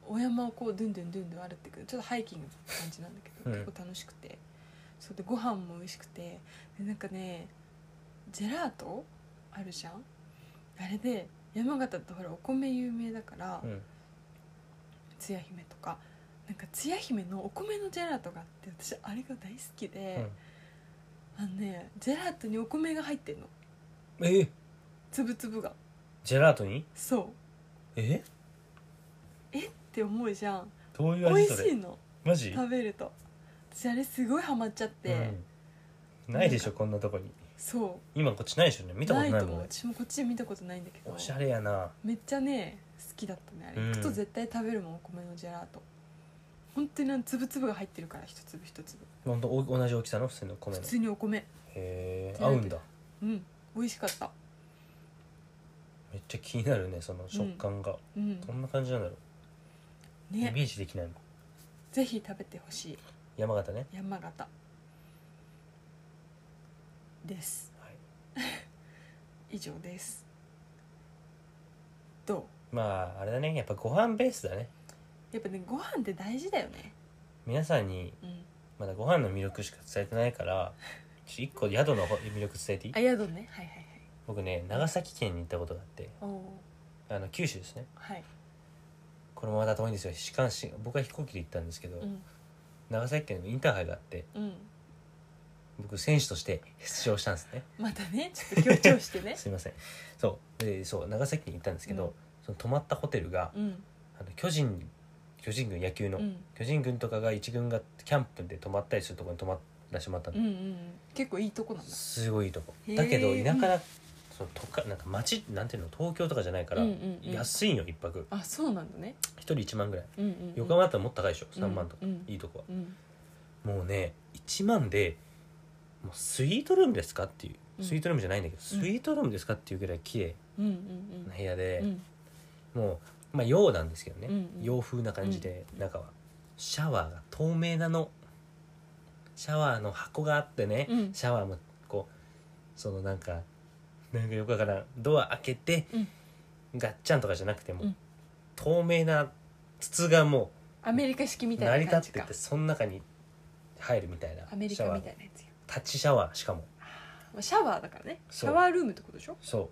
Speaker 2: お山をこうドゥンドゥンドゥンドゥン歩ってくるちょっとハイキングって感じなんだけど、
Speaker 1: うん
Speaker 2: 結構楽しくてそうでご飯も美味しくてでなんかねジェラートあるじゃんあれで山形ってほらお米有名だから、
Speaker 1: うん
Speaker 2: つや姫とかなんかつや姫のお米のジェラートがあって私あれが大好き
Speaker 1: う
Speaker 2: で
Speaker 1: ん、
Speaker 2: あのねジェラートにお米が入ってんの
Speaker 1: え
Speaker 2: つぶつぶが
Speaker 1: ジェラートに
Speaker 2: そう
Speaker 1: え
Speaker 2: えって思うじゃん
Speaker 1: どうい
Speaker 2: 美
Speaker 1: う味
Speaker 2: 味
Speaker 1: そ
Speaker 2: しい
Speaker 1: れ
Speaker 2: の
Speaker 1: マジ
Speaker 2: 食べると私あれすごいハマっちゃって、
Speaker 1: うん、ないでしょこんなとこに
Speaker 2: そ
Speaker 1: 今こっちないでしょうね
Speaker 2: う
Speaker 1: 見たことない
Speaker 2: と
Speaker 1: も
Speaker 2: 思
Speaker 1: ん
Speaker 2: う
Speaker 1: ね
Speaker 2: 私もこっちで見たことないんだけど
Speaker 1: おしゃれやな
Speaker 2: めっちゃね好きだったねあれ、
Speaker 1: うん
Speaker 2: 行くと絶対食べるもんお米のジェラート本当にあのつぶつぶが入ってるから一粒一粒
Speaker 1: ほんとお同じ大きさの普通の米
Speaker 2: 普
Speaker 1: のへ
Speaker 2: 通にお米
Speaker 1: え
Speaker 2: ジェ
Speaker 1: 合
Speaker 2: ラー
Speaker 1: う
Speaker 2: ト
Speaker 1: んだ
Speaker 2: うん美味しかった
Speaker 1: めっちゃ気になるねその食感が、
Speaker 2: うん
Speaker 1: どんな感じなんだろう、イ
Speaker 2: ね
Speaker 1: メージできないもん
Speaker 2: ぜひ食べてほしい
Speaker 1: 山形ね
Speaker 2: 山形です
Speaker 1: はい
Speaker 2: 以上ですど
Speaker 1: まああれだねやっぱご飯ベースだね
Speaker 2: うやっぱねご飯って大事だよね
Speaker 1: 皆さんに
Speaker 2: うん
Speaker 1: まだご飯の魅力しか伝えてないからちょ一個宿のほ魅力伝えていい
Speaker 2: あ宿ねはいはいはい
Speaker 1: 僕ね長崎県に行ったことがあって
Speaker 2: おお
Speaker 1: あの九州ですね
Speaker 2: はい
Speaker 1: これもまた遠いんですよしかし僕は飛行機で行ったんですけど、
Speaker 2: うん
Speaker 1: 長崎県のインターハイがあって
Speaker 2: うん
Speaker 1: 僕選手として 出場したんですね
Speaker 2: またねちょっと強調してね
Speaker 1: すいませんそうでそう長崎に行ったんですけど、
Speaker 2: うん
Speaker 1: その泊まったホテルが、
Speaker 2: うん
Speaker 1: あの巨人巨人軍野球の、
Speaker 2: うん
Speaker 1: 巨人軍とかが一軍がキャンプで泊まったりするところに泊まってしまった
Speaker 2: う
Speaker 1: の、
Speaker 2: んうん結構いいとこなんだ
Speaker 1: すごいいいとこ
Speaker 2: へー
Speaker 1: だけど田舎だそのとかなんか町なんていうの東京とかじゃないから、
Speaker 2: うんうんうん
Speaker 1: 安いんよ一泊
Speaker 2: あそうなんだね
Speaker 1: 一人1万ぐらい
Speaker 2: うんうん
Speaker 1: 横浜だったらもっと高いでしょ3万と
Speaker 2: う
Speaker 1: か、
Speaker 2: んうん
Speaker 1: いいとこは
Speaker 2: うん
Speaker 1: もうね1万でもうスイートルームですかっていう
Speaker 2: うん
Speaker 1: スイートルームじゃないんだけど、
Speaker 2: うん
Speaker 1: スイートルームですかっていうぐらい綺麗
Speaker 2: うんうん
Speaker 1: な部屋で
Speaker 2: うんう、ん
Speaker 1: もう、まあ、洋なんですけどね、
Speaker 2: うんうん
Speaker 1: 洋風な感じで中はシャワーが透明なのシャワーの箱があってね、
Speaker 2: うん
Speaker 1: シャワーもこうそのなんかなんかよくわからんドア開けて、
Speaker 2: うん
Speaker 1: ガッチャンとかじゃなくても、
Speaker 2: うん
Speaker 1: 透明な筒がも
Speaker 2: アメリカ式
Speaker 1: う
Speaker 2: みた
Speaker 1: 成り
Speaker 2: いな
Speaker 1: 立
Speaker 2: 感
Speaker 1: っ
Speaker 2: じ
Speaker 1: て
Speaker 2: か
Speaker 1: てその中に入るみたいな
Speaker 2: アメリ
Speaker 1: シャ
Speaker 2: カ
Speaker 1: ワ
Speaker 2: み
Speaker 1: ー
Speaker 2: たいなやつや
Speaker 1: タッチシャワーしかも
Speaker 2: まあシャワーだからねシ
Speaker 1: そう
Speaker 2: ャワールームってことでしょ
Speaker 1: そ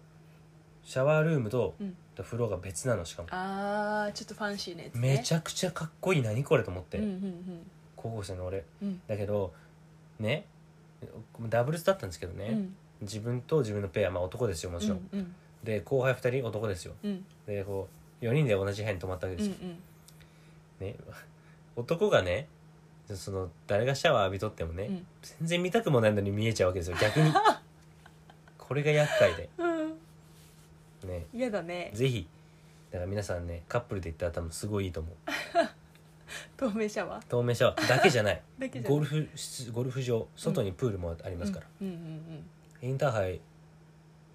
Speaker 1: うシャワールームと
Speaker 2: うん
Speaker 1: 風呂が別なのしかも、
Speaker 2: あーちょっとファンシーなやつね
Speaker 1: めち
Speaker 2: ゃ
Speaker 1: ゃくちゃかっこいい何これと思って、
Speaker 2: うんうん
Speaker 1: 高校生の俺
Speaker 2: うんうん
Speaker 1: だけどねダブルスだったんですけどね、
Speaker 2: うん
Speaker 1: 自分と自分のペアまあ男ですよもちろん、
Speaker 2: うんうん
Speaker 1: で後輩2人男ですよ
Speaker 2: うん
Speaker 1: でこう4人で同じ部屋に泊まったわけ
Speaker 2: う
Speaker 1: です
Speaker 2: んう
Speaker 1: よ、
Speaker 2: ん
Speaker 1: ね男がねその誰がシャワー浴びとってもね、
Speaker 2: うん
Speaker 1: 全然見たくもないのに見えちゃうわけですよ逆に これが厄介で
Speaker 2: うん
Speaker 1: ね
Speaker 2: 嫌だね
Speaker 1: ぜひだから皆さんねカップルで行ったら多分すごいいいと思う
Speaker 2: 透明シャワー
Speaker 1: 透明シャワーだけじゃない
Speaker 2: だけじゃない
Speaker 1: ゴルフ室ゴルフ場外にプールもありますから、
Speaker 2: うんうんうん
Speaker 1: インターハイ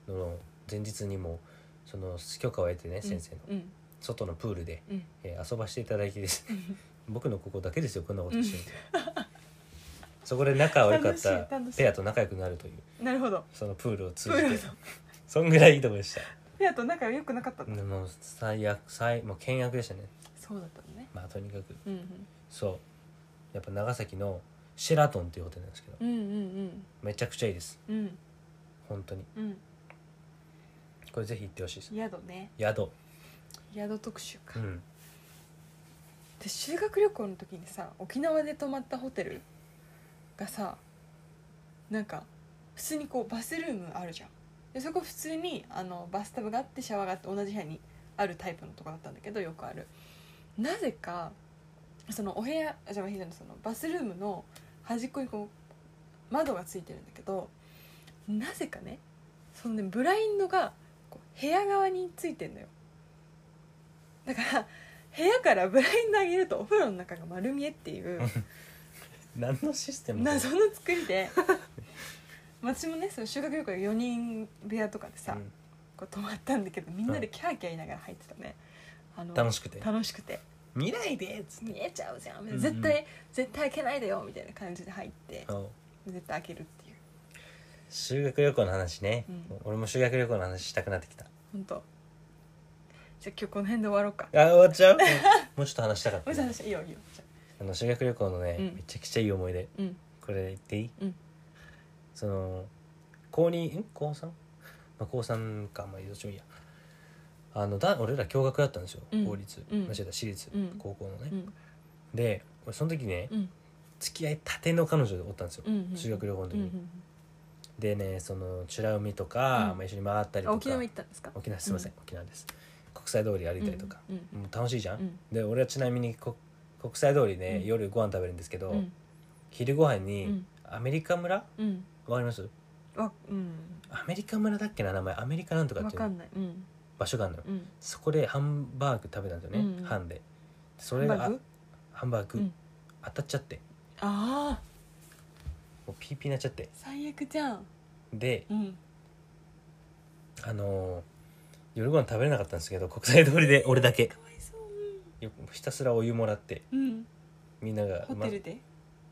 Speaker 1: の前日にもその許可を得てね
Speaker 2: うん
Speaker 1: 先生の、
Speaker 2: うん
Speaker 1: 外のプールで、
Speaker 2: うん
Speaker 1: えー遊ばしていただいて ですね僕のここだけですよこんなことしてるのそこで仲悪かっ
Speaker 2: 楽
Speaker 1: た
Speaker 2: しい楽しい
Speaker 1: ペアと仲良くなるという
Speaker 2: なるほど
Speaker 1: そのプールを通
Speaker 2: プ
Speaker 1: じ
Speaker 2: ール
Speaker 1: て
Speaker 2: と
Speaker 1: そんぐらいいいとこでした
Speaker 2: ペアと仲良くなかったんだ
Speaker 1: もう最悪最もう険悪でしたね
Speaker 2: そうだったのね
Speaker 1: まあとにかく
Speaker 2: うん
Speaker 1: そうやっぱ長崎のシェラトンっていうホテルなんですけど
Speaker 2: うんうん
Speaker 1: めちゃくちゃいいです
Speaker 2: うんうん
Speaker 1: 本当に
Speaker 2: うん
Speaker 1: これぜひ行ってほしいです
Speaker 2: 宿ね
Speaker 1: 宿
Speaker 2: 宿特集か、
Speaker 1: うん
Speaker 2: で修学旅行の時にさ沖縄で泊まったホテルがさなんか普通にこうバスルームあるじゃんでそこ普通にあのバスタブがあってシャワーがあって同じ部屋にあるタイプのとこだったんだけどよくあるなぜかそのお部屋あじゃあお部屋じゃないそのバスルームの端っこにこう窓がついてるんだけどなぜかねそのねブラインドがこう部屋側についてんのよだから部屋からブラインド上げるとお風呂の中が丸見えっていう
Speaker 1: 何のシステムだ
Speaker 2: 謎の作り で私もねその修学旅行4人部屋とかでさ、
Speaker 1: うん
Speaker 2: こう泊まったんだけどみんなでキャーキャー言いながら入ってたね、あの
Speaker 1: 楽しくて
Speaker 2: 楽しくて
Speaker 1: 「未来で!」っつって
Speaker 2: 見えちゃうじゃん
Speaker 1: んうん
Speaker 2: 絶対、絶対開けないでよみたいな感じで入って
Speaker 1: あの
Speaker 2: 絶対開けるっていう
Speaker 1: 修学旅行の話ね、
Speaker 2: うん
Speaker 1: 俺も修学旅行の話したくなってきた
Speaker 2: 本当じゃあ今日この辺で終わろうか
Speaker 1: あ終わ っちゃうもうちょっと話したかった
Speaker 2: もし話いいよいいよじゃ
Speaker 1: あの修学旅行のね、
Speaker 2: うん
Speaker 1: めちゃくちゃいい思い出
Speaker 2: あうん
Speaker 1: これ言っていい、
Speaker 2: うん
Speaker 1: その高2ん高 3? まあ高3かまあどっちもいいやあのだ俺ら共学だったんですよ、
Speaker 2: うん
Speaker 1: 公立、
Speaker 2: うん
Speaker 1: 間違えた私立、
Speaker 2: うん
Speaker 1: 高校のね、
Speaker 2: うん
Speaker 1: で俺その時ね、
Speaker 2: うん
Speaker 1: 付き合いたての彼女でおったんですよ、
Speaker 2: うんうん
Speaker 1: 修学旅行の時
Speaker 2: うん
Speaker 1: に、
Speaker 2: うん
Speaker 1: でねその美ら海とか、
Speaker 2: うん
Speaker 1: まあ、一緒に回ったり
Speaker 2: あ
Speaker 1: とか
Speaker 2: 沖縄行ったんですか
Speaker 1: 沖縄すいません、沖縄です国際通り歩いたりとか、
Speaker 2: うん
Speaker 1: もう楽しいじゃん、
Speaker 2: うん
Speaker 1: で俺はちなみにこ国際通りで、
Speaker 2: うん
Speaker 1: 夜ご飯食べるんですけど、
Speaker 2: うん
Speaker 1: 昼ご飯
Speaker 2: う
Speaker 1: に、
Speaker 2: ん
Speaker 1: アメリカ村
Speaker 2: うん
Speaker 1: わかります
Speaker 2: わうん
Speaker 1: アメリカ村だっけな名前アメリカなんとかっ
Speaker 2: わ
Speaker 1: てい
Speaker 2: か
Speaker 1: うん
Speaker 2: ないうん
Speaker 1: 場所があるのよ
Speaker 2: うん
Speaker 1: そこでハンバーグ食べたんですよね、
Speaker 2: うん
Speaker 1: ハンでそ
Speaker 2: ハ
Speaker 1: れ
Speaker 2: ン
Speaker 1: が
Speaker 2: バーグ
Speaker 1: あハンバーグ、
Speaker 2: うん
Speaker 1: 当たっちゃって
Speaker 2: ああ
Speaker 1: もうピーピーなっちゃって
Speaker 2: 最悪じゃん
Speaker 1: で
Speaker 2: うん
Speaker 1: あのー夜ご飯食べれなかったんですけど国際通りで俺だけ
Speaker 2: かわいそう
Speaker 1: よひたすらお湯もらって
Speaker 2: うんうん
Speaker 1: みんなが
Speaker 2: ホテルで
Speaker 1: ま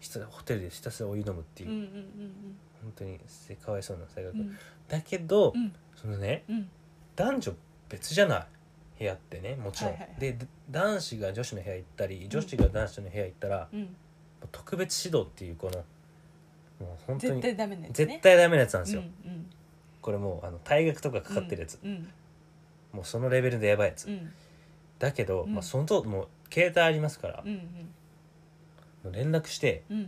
Speaker 1: ひたホテルでひたすらお湯飲むっていうう、
Speaker 2: んうん
Speaker 1: 本当にせかわいそうな性
Speaker 2: うんう
Speaker 1: 格、
Speaker 2: ん
Speaker 1: だけど、
Speaker 2: うん
Speaker 1: そのね
Speaker 2: うん
Speaker 1: 男女別じゃない部屋ってねもちろん、
Speaker 2: はいはいはい
Speaker 1: で男子が女子の部屋行ったり女子が男子の部屋行ったら、
Speaker 2: うん
Speaker 1: 特別指導っていうこのもう本当
Speaker 2: 絶
Speaker 1: に
Speaker 2: 対ダメなやつね
Speaker 1: 絶対ダメなやつなんですよ、
Speaker 2: うんうん
Speaker 1: これもうあの退学とかかかってるやつ、
Speaker 2: うん
Speaker 1: もうそのレベルでやばいやつ、
Speaker 2: うん
Speaker 1: だけど、
Speaker 2: うん
Speaker 1: まあ、そのともう携帯ありますから、
Speaker 2: うんうん
Speaker 1: もう連絡して
Speaker 2: うん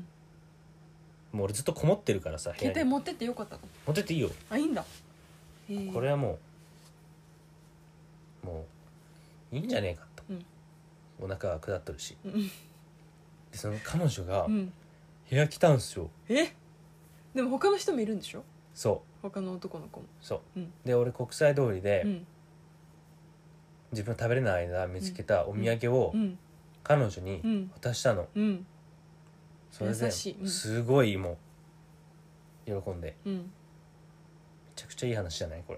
Speaker 1: もう俺ずっとこもってるからさ部
Speaker 2: 携
Speaker 1: 屋
Speaker 2: 帯
Speaker 1: に
Speaker 2: 持ってってよかったの
Speaker 1: 持ってっていいよ、
Speaker 2: あいいんだへー
Speaker 1: これはもうもういいんじゃねえかと、
Speaker 2: うん
Speaker 1: お腹は下っとるし
Speaker 2: うん
Speaker 1: でその彼女が
Speaker 2: うん
Speaker 1: 部屋来たんすよ、
Speaker 2: えでも他の人もいるんでしょ
Speaker 1: そ
Speaker 2: 他の男の子も
Speaker 1: うそう、
Speaker 2: うん
Speaker 1: で俺国際通りで、
Speaker 2: うん
Speaker 1: 自分の食べれない間見つけたお土産を
Speaker 2: うん
Speaker 1: 彼女に
Speaker 2: うん
Speaker 1: 渡したの、
Speaker 2: うん
Speaker 1: それで
Speaker 2: 優しいうん
Speaker 1: すごいもう喜んでめ
Speaker 2: うん
Speaker 1: ちゃくちゃいい話じゃないこ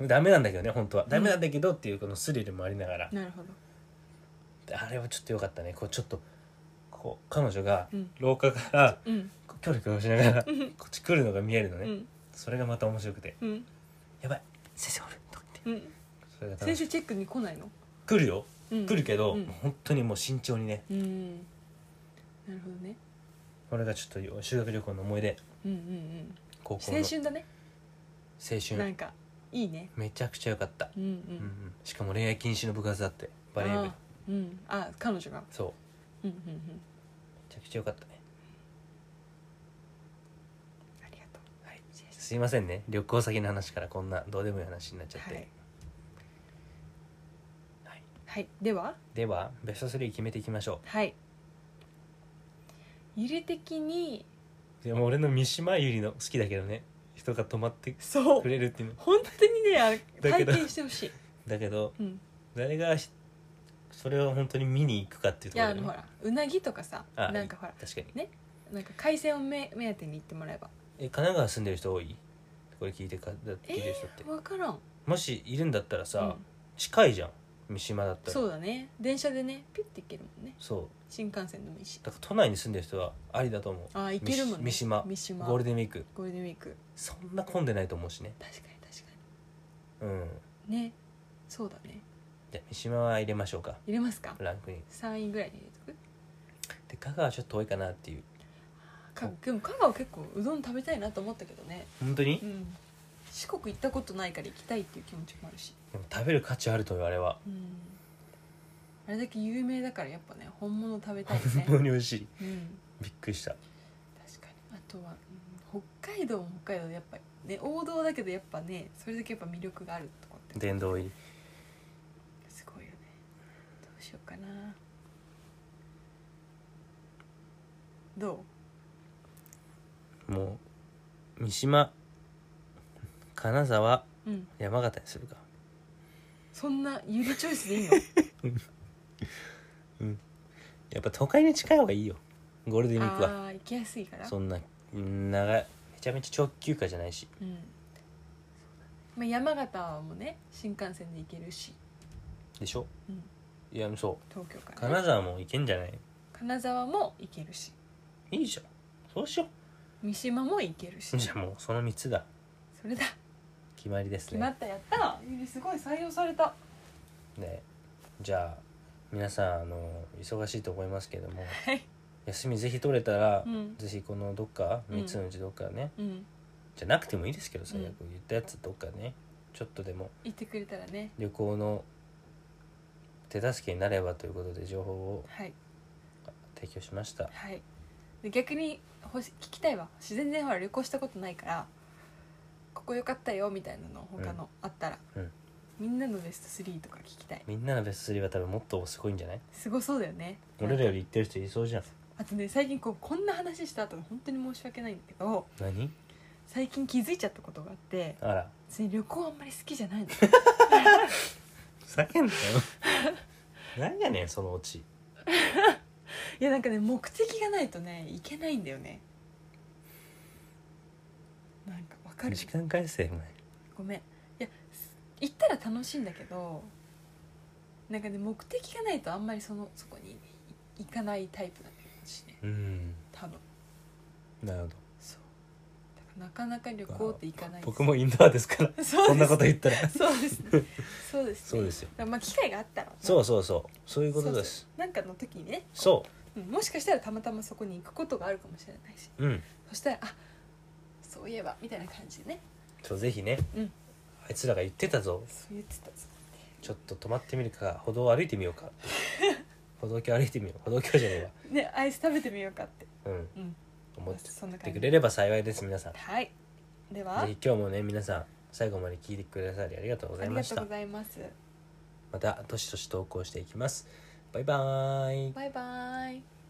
Speaker 1: れダメなんだけどね本当はダメなんだけどっていうこのスリルもありながら、
Speaker 2: なるほど
Speaker 1: あれはちょっとよかったねこうちょっとこう彼女が
Speaker 2: うん
Speaker 1: 廊下 から
Speaker 2: うん
Speaker 1: こうキョロキョロしながらこ
Speaker 2: うん
Speaker 1: っち来るのが見えるの
Speaker 2: う
Speaker 1: ね、
Speaker 2: ん
Speaker 1: それがまた面白くて
Speaker 2: うん
Speaker 1: やばい先生おるとか言って
Speaker 2: うん
Speaker 1: それが楽
Speaker 2: 先
Speaker 1: しい
Speaker 2: 週チェックに来ないの
Speaker 1: 来るよ
Speaker 2: うん
Speaker 1: 来るけど、
Speaker 2: うん
Speaker 1: 本当にもう慎重にね
Speaker 2: うんなるほどね
Speaker 1: これがちょっと修学旅行の思い出
Speaker 2: うんうんうん
Speaker 1: 高校の
Speaker 2: 青春だね
Speaker 1: 青
Speaker 2: な
Speaker 1: 春
Speaker 2: んかいいね
Speaker 1: めちゃくちゃよかった、
Speaker 2: うんう
Speaker 1: うんうんん、しかも恋愛禁止の部活だってバレー部
Speaker 2: あーうんあ彼女が
Speaker 1: そう
Speaker 2: うんうんうん
Speaker 1: めちゃくちゃ良かったね
Speaker 2: ありがとう
Speaker 1: はいすいませんね旅行先の話からこんなどうでもいい話になっちゃって、
Speaker 2: はい
Speaker 1: はい
Speaker 2: はいでは
Speaker 1: ではベスト3決めていきましょ
Speaker 2: はいゆり的に
Speaker 1: うでも俺の三島由里の好きだけどね人が泊まって
Speaker 2: そう
Speaker 1: くれるっていうの
Speaker 2: 本当にねあれ
Speaker 1: だけ
Speaker 2: 体
Speaker 1: ど
Speaker 2: 験してほしい、
Speaker 1: だけど
Speaker 2: うん、
Speaker 1: 誰がしそれを本当に見に行くかっていう
Speaker 2: い
Speaker 1: とこ
Speaker 2: や
Speaker 1: ろ
Speaker 2: あ
Speaker 1: だよ
Speaker 2: の
Speaker 1: ね
Speaker 2: ほらうなぎとかさ
Speaker 1: あ
Speaker 2: なんかほら
Speaker 1: 確かに
Speaker 2: なんか海鮮をめ目当てに行ってもらえば
Speaker 1: え神奈川住んでる人多いこれ聞いてかだ聞いてる人って、
Speaker 2: 分からん
Speaker 1: もしいるんだったらさ、
Speaker 2: うん
Speaker 1: 近いじゃん三島だったら
Speaker 2: そうだね電車でねピュッて行けるもんね
Speaker 1: そう
Speaker 2: 新幹線でもいいし
Speaker 1: だから都内に住んでる人はありだと思う
Speaker 2: あー行けるもんね
Speaker 1: 三島
Speaker 2: 三島
Speaker 1: ゴールデンウィーク
Speaker 2: ゴールデンウィーク
Speaker 1: そんな混んでないと思うしね
Speaker 2: 確かに確か
Speaker 1: うん
Speaker 2: にねそうだね
Speaker 1: じゃあ三島は入れましょうか
Speaker 2: 入れますか
Speaker 1: ランクに
Speaker 2: 3位ぐらいに入れとく
Speaker 1: で香川はちょっと遠いかなっていう
Speaker 2: かでも香川結構うどん食べたいなと思ったけどね、
Speaker 1: 本当に
Speaker 2: う
Speaker 1: で
Speaker 2: ん、四国行ったことないから行きたいっていう気持ちもあるし、
Speaker 1: も食べる価値あるとよあれは
Speaker 2: うん、あれだけ有名だからやっぱね本物食べたいよ
Speaker 1: 本
Speaker 2: ね、
Speaker 1: 当に美味しい
Speaker 2: うん、
Speaker 1: びっくりした
Speaker 2: 確かにあとは、うん北海道も北海道でやっぱね王道だけどやっぱねそれだけやっぱ魅力があるとこって
Speaker 1: 殿堂入り
Speaker 2: すごいよねどうしようかなどう
Speaker 1: もう三島金沢
Speaker 2: うん、
Speaker 1: 山形にするか
Speaker 2: そんなゆりチョイス でいいの
Speaker 1: やっぱ都会に近い方がいいよゴールデンウィークは
Speaker 2: ああ行きやすいから
Speaker 1: そんなうん長いめちゃめちゃ長期休暇じゃないし
Speaker 2: うんまあ、山形もね新幹線で行けるし、
Speaker 1: でしょ
Speaker 2: うん、
Speaker 1: いやそ
Speaker 2: 東京か
Speaker 1: う
Speaker 2: ら、
Speaker 1: 金沢も行けんじゃない
Speaker 2: 金沢も行けるし
Speaker 1: いいじゃんそうしよ
Speaker 2: 三島も行けるし
Speaker 1: うじゃあもうその3つだ
Speaker 2: それだ
Speaker 1: 決まりです
Speaker 2: 決ま
Speaker 1: ね
Speaker 2: ったやったゆりすごい採用された
Speaker 1: ねじゃあ皆さんあの忙しいと思いますけども
Speaker 2: はい
Speaker 1: 休みぜひ取れたら、
Speaker 2: うん
Speaker 1: ぜひこのどっか3つのうちどっかね、
Speaker 2: うん
Speaker 1: じゃなくてもいいですけど最悪、
Speaker 2: うん
Speaker 1: 言ったやつどっかねちょっとでも
Speaker 2: 言ってくれたらね
Speaker 1: 旅行の手助けになればということで情報を
Speaker 2: はい
Speaker 1: 提供しました
Speaker 2: はいで逆にほし聞きたいわ自然然ほら旅行したことないからここ良かったよみたいなの他のあったら、
Speaker 1: うん
Speaker 2: みんなのベスト3とか聞きたい
Speaker 1: みんなのベスト3は多分もっとすごいんじゃない
Speaker 2: すごそうだよね
Speaker 1: 俺らより言ってる人いそうじゃん
Speaker 2: あとね最近こうこんな話した後の本当に申し訳ないんだけど
Speaker 1: 何
Speaker 2: 最近気づいちゃったことがあって
Speaker 1: あら
Speaker 2: 別に旅行あんまり好きじゃないの
Speaker 1: ふざけんな よ何やねんそのオチ
Speaker 2: いやなんかね目的がないとね行けないんだよねなんかわかる
Speaker 1: 時間返せお前
Speaker 2: ごめんいやす行ったら楽しいんだけどなんかね目的がないとあんまりそのそこに行かないタイプなんだよ私ね
Speaker 1: うん
Speaker 2: 多分
Speaker 1: なるほど
Speaker 2: そうだからなかなか旅行って行かないです
Speaker 1: 僕もインドアですから
Speaker 2: そう です
Speaker 1: そんなこと言ったら
Speaker 2: そうですねそうですね
Speaker 1: そうですよ
Speaker 2: だからまあ機会があったら
Speaker 1: そううそうそうそういうことです
Speaker 2: なんかの時にね
Speaker 1: そ
Speaker 2: うんもしかしたらたまたまそこに行くことがあるかもしれないし
Speaker 1: ううん
Speaker 2: そしたらあそういえばみたいな感じでね
Speaker 1: そうぜひね、
Speaker 2: うん
Speaker 1: あいつらが言ってたぞ
Speaker 2: そう言ってたぞ
Speaker 1: ちょっと止まってみるか歩道を歩いてみよ うか歩道橋歩いてみよう歩道橋じゃね
Speaker 2: ねアイス食べてみようかって
Speaker 1: えわうん
Speaker 2: うん
Speaker 1: 思っ
Speaker 2: そんな
Speaker 1: て
Speaker 2: 感
Speaker 1: く
Speaker 2: じ
Speaker 1: れれば幸いです皆さんぜ
Speaker 2: はいでは
Speaker 1: ひ今日もね皆さん最後まで聞いてくださりありがとうござ
Speaker 2: あ
Speaker 1: い
Speaker 2: り
Speaker 1: ま
Speaker 2: が
Speaker 1: し
Speaker 2: とう
Speaker 1: た
Speaker 2: ございます
Speaker 1: またどしどし投稿していきますバイバーイ
Speaker 2: バイバイ